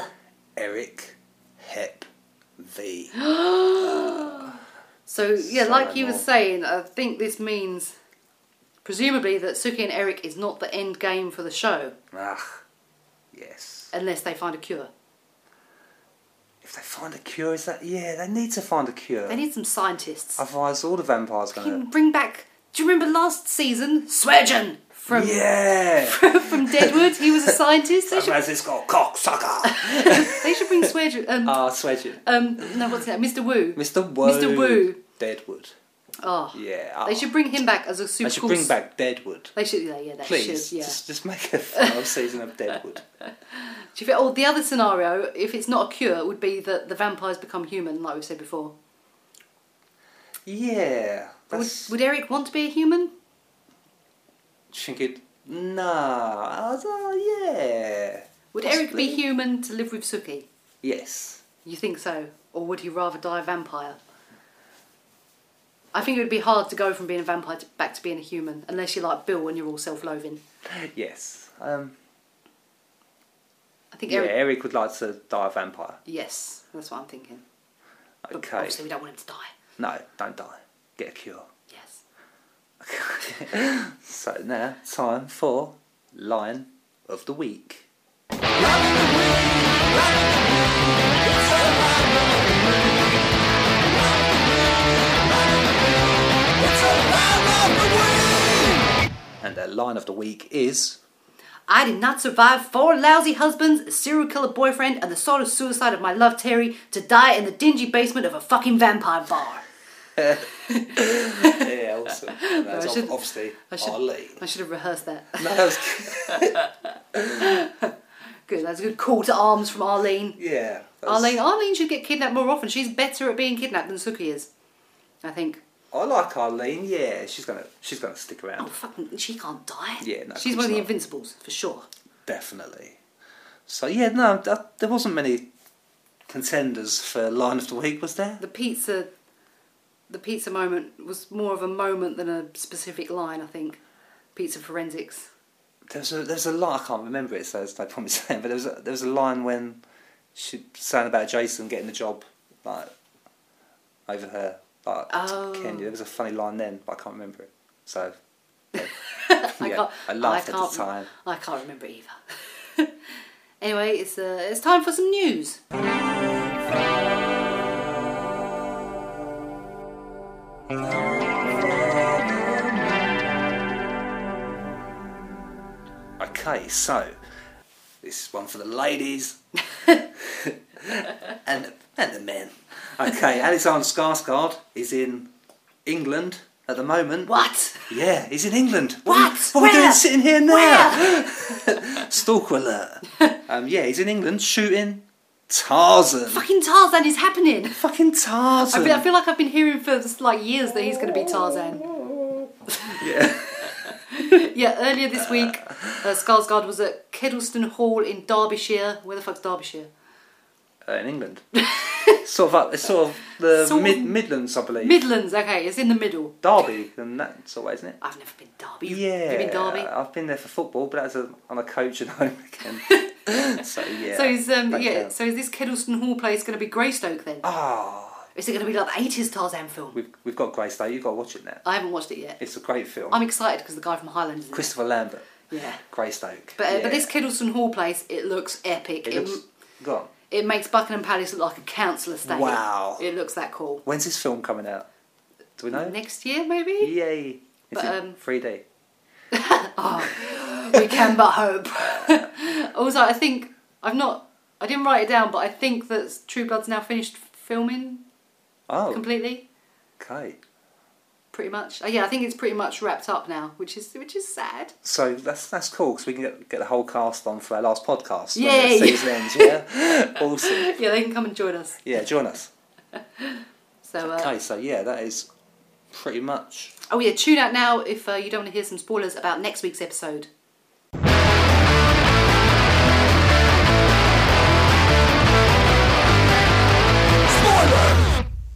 B: Eric Hep V.
A: So, yeah,
B: So
A: like you were
B: annoying.
A: saying, I think this means presumably that Suki and Eric is not the end game for the show
B: ah, yes.
A: unless they find a cure.
B: If they find a cure, is that yeah? They need to find a cure.
A: They need some scientists.
B: Otherwise, all the vampires
A: Fucking
B: gonna.
A: bring back. Do you remember last season? Swergen! from
B: yeah.
A: from Deadwood. He was a scientist. They should,
B: As it's called cocksucker.
A: they should bring swear. Um,
B: Ah, Swedgen.
A: um, no, what's that? Mr. Woo.
B: Mr. Woo.
A: Mr. Woo.
B: Deadwood.
A: Oh,
B: Yeah. ah.
A: they should bring him back as a super
B: They should
A: cool.
B: bring
A: s-
B: back Deadwood.
A: They should. Yeah, yeah, they
B: Please,
A: should. Yeah.
B: just, just make a final season of Deadwood.
A: Do you feel, or the other scenario, if it's not a cure, would be that the vampires become human, like we said before.
B: Yeah,
A: Would,
B: that's.
A: would Eric want to be a human?
B: think it. Nah, I don't- yeah.
A: Would Eric
B: Possibly.
A: be human to live with Suki?
B: Yes.
A: You think so? Or would he rather die a vampire? I think it would be hard to go from being a vampire to back to being a human, unless you're like Bill and you're all self loathing.
B: Yes. Um,
A: I think
B: yeah,
A: Eric.
B: Eric would like to die a vampire.
A: Yes, that's what I'm thinking. But
B: Okay.
A: obviously, we don't want him to die.
B: No, don't die. Get a cure.
A: Yes.
B: So now, time for line of the week. And the line of the week is
A: I did not survive four lousy husbands, a serial killer boyfriend, and the solo suicide of my love Terry to die in the dingy basement of a fucking vampire bar.
B: yeah, awesome. And That's
A: I
B: ob-
A: should-
B: obviously
A: I should,
B: Ali.
A: I should have rehearsed that.
B: No, that was-
A: Good, that's a good call to arms from Arlene.
B: yeah, that was-
A: Arlene, Arlene should get kidnapped more often. She's better at being kidnapped than Suki is, I think.
B: I like Arlene. Yeah, she's gonna she's gonna stick
A: Oh
B: around.
A: fucking, she can't die.
B: Yeah, no, of
A: she's
B: course
A: one of the
B: not.
A: Invincibles for sure.
B: Definitely. So yeah, no, that, there wasn't many contenders for line of the week, was there?
A: The pizza, the pizza moment was more of a moment than a specific line. I think pizza forensics.
B: There's a there's a line I can't remember it, so there's no point me saying. But there was a, there was a line when she sang about Jason getting the job, like over her, like
A: Oh.
B: Kenya. There was a funny line then, but I can't remember it. So yeah,
A: I
B: Yeah,
A: can't-
B: I laughed at
A: can't-
B: the time.
A: I can't remember either. anyway, it's uh, it's time for some news.
B: Okay, so this is one for the ladies and the, and the men. Okay, Alexander Skarsgård is in England at the moment.
A: What?
B: Yeah, he's in England.
A: What?
B: What are we
A: Where?
B: doing sitting here now? Stalker alert. Um, yeah, he's in England shooting Tarzan.
A: Fucking Tarzan is happening.
B: Fucking Tarzan.
A: I feel, I feel like I've been hearing for like years that he's going to be Tarzan.
B: yeah.
A: Yeah, earlier this week, uh, Skarsgård was at Kedleston Hall in Derbyshire. Where the fuck's Derbyshire?
B: Uh, in England. sort of up, it's sort of the
A: Sort of-
B: mid, Midlands, I believe.
A: Midlands. Okay, it's in the middle.
B: Derby and that sort of way, isn't it?
A: I've never been to Derby. You-
B: Yeah,
A: you been to Derby?
B: I've been there for football, but that's a, I'm a coach at home again. so yeah.
A: So is um
B: that
A: yeah.
B: counts.
A: So is this Kedleston Hall place going to be Greystoke then?
B: Ah,
A: Is it going to be like the eighties Tarzan film?
B: we've we've got Grace Day. You've got to watch it now.
A: I haven't watched it yet.
B: It's a great film.
A: I'm excited because the guy from Highlanders. Is
B: Christopher Lambert,
A: in it. Yeah.
B: Greystoke.
A: But, uh,
B: Yeah.
A: but this Kedleston Hall place, it looks epic.
B: It
A: It,
B: looks, go on.
A: it makes Buckingham Palace look like a council estate.
B: Wow.
A: It looks that cool.
B: When's this film coming out? Do we know?
A: Next year, maybe?
B: Yay! Is
A: But,
B: it
A: um,
B: 3D?
A: we can but hope. also, I think, I've not, I didn't write it down, but I think that True Blood's now finished filming
B: Oh,
A: completely,
B: okay.
A: pretty much. Uh, yeah, I think it's pretty much wrapped up now, which is which is sad.
B: So that's that's cool because we can get, get the whole cast on for our last podcast
A: Yay.
B: when the season ends. Yeah, awesome.
A: Yeah, they can come and join us.
B: Yeah, join us.
A: So, uh,
B: Okay, so yeah, that is pretty much
A: oh yeah, tune out now if uh, you don't want to hear some spoilers about next week's episode.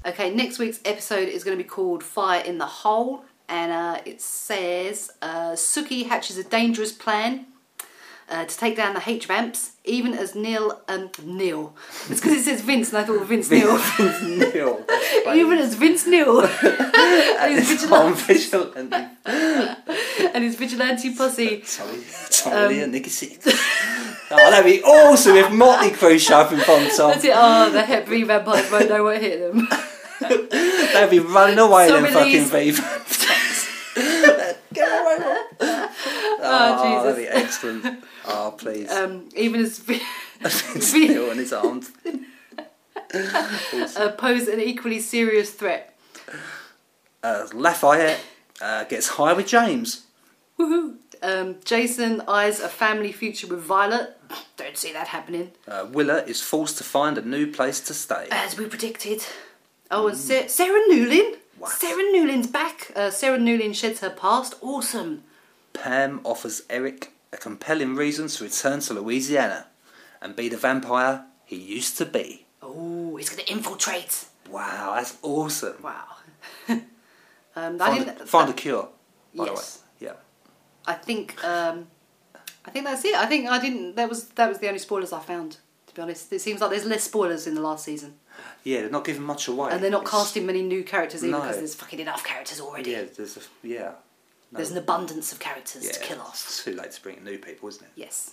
A: Okay, next week's episode is going to be called Fire in the Hole, and uh, it says uh, Suki hatches a dangerous plan. Uh, to take down the H vamps, even as Neil um Neil, it's because it says Vince, and I thought Vince Neil.
B: nil.
A: even as Vince Neil, and his
B: Tom
A: vigilante,
B: Vigilante.
A: and his vigilante posse
B: Tommy, Tommy
A: Um,
B: and Nicky Six. Oh, that'd be awesome if Motley Crue showed up in Bon Tom.
A: That's it. Oh, the heavy vampires won't know what hit them. Oh,
B: They'd be running away,
A: So
B: them fucking
A: release-
B: beavers. Get away from
A: Oh,
B: that'd
A: Jesus.
B: be excellent. oh, please.
A: Um, even as vi-
B: Still on his arms.
A: uh, pose an equally serious threat.
B: Uh, Lafayette uh, gets high with James.
A: Woohoo! Um, Jason eyes a family future with Violet. Don't see that happening,
B: Uh, Willa is forced to find a new place to stay.
A: as we predicted. Oh, and Sa- Sarah Newlin.
B: Mm. What?
A: Sarah Newlin's back. Uh, Sarah Newlin sheds her past. Awesome.
B: Pam offers Eric a compelling reason to return to Louisiana and be the vampire he used to be.
A: Oh, he's gonna infiltrate.
B: Wow, that's awesome.
A: Wow. um, I
B: Find, a,
A: think
B: find a cure, by
A: Yes.
B: the way. Yeah.
A: I think um, I think that's it. I think I didn't. That was that was the only spoilers I found. To be honest, it seems like there's less spoilers in the last season,
B: Yeah, they're not giving much away.
A: and they're not
B: It's-
A: casting many new characters either
B: No.
A: because there's fucking enough characters already.
B: Yeah, there's a, yeah. No,
A: There's an abundance of characters
B: yeah,
A: to kill off.
B: It's too late to bring in new people, isn't it?
A: Yes.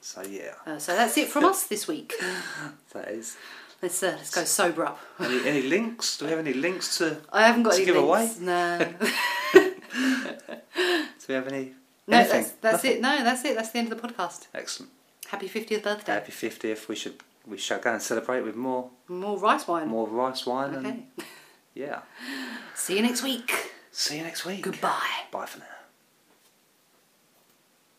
B: So yeah,
A: Uh, so that's it from us this week.
B: that is.
A: Let's uh, let's go sober up.
B: Any, any links? Do we have any links to? Do
A: I haven't got
B: To
A: any
B: give
A: links. No.
B: we have any?
A: no,
B: anything?
A: that's, that's
B: Nothing.
A: it. No, that's it. That's the end of the podcast.
B: Excellent.
A: Happy 50th birthday.
B: Happy fiftieth. We should we shall go and celebrate with more
A: More rice wine.
B: more um, rice wine and
A: Okay.
B: yeah.
A: See you next week.
B: See you next week.
A: Goodbye.
B: Bye for now.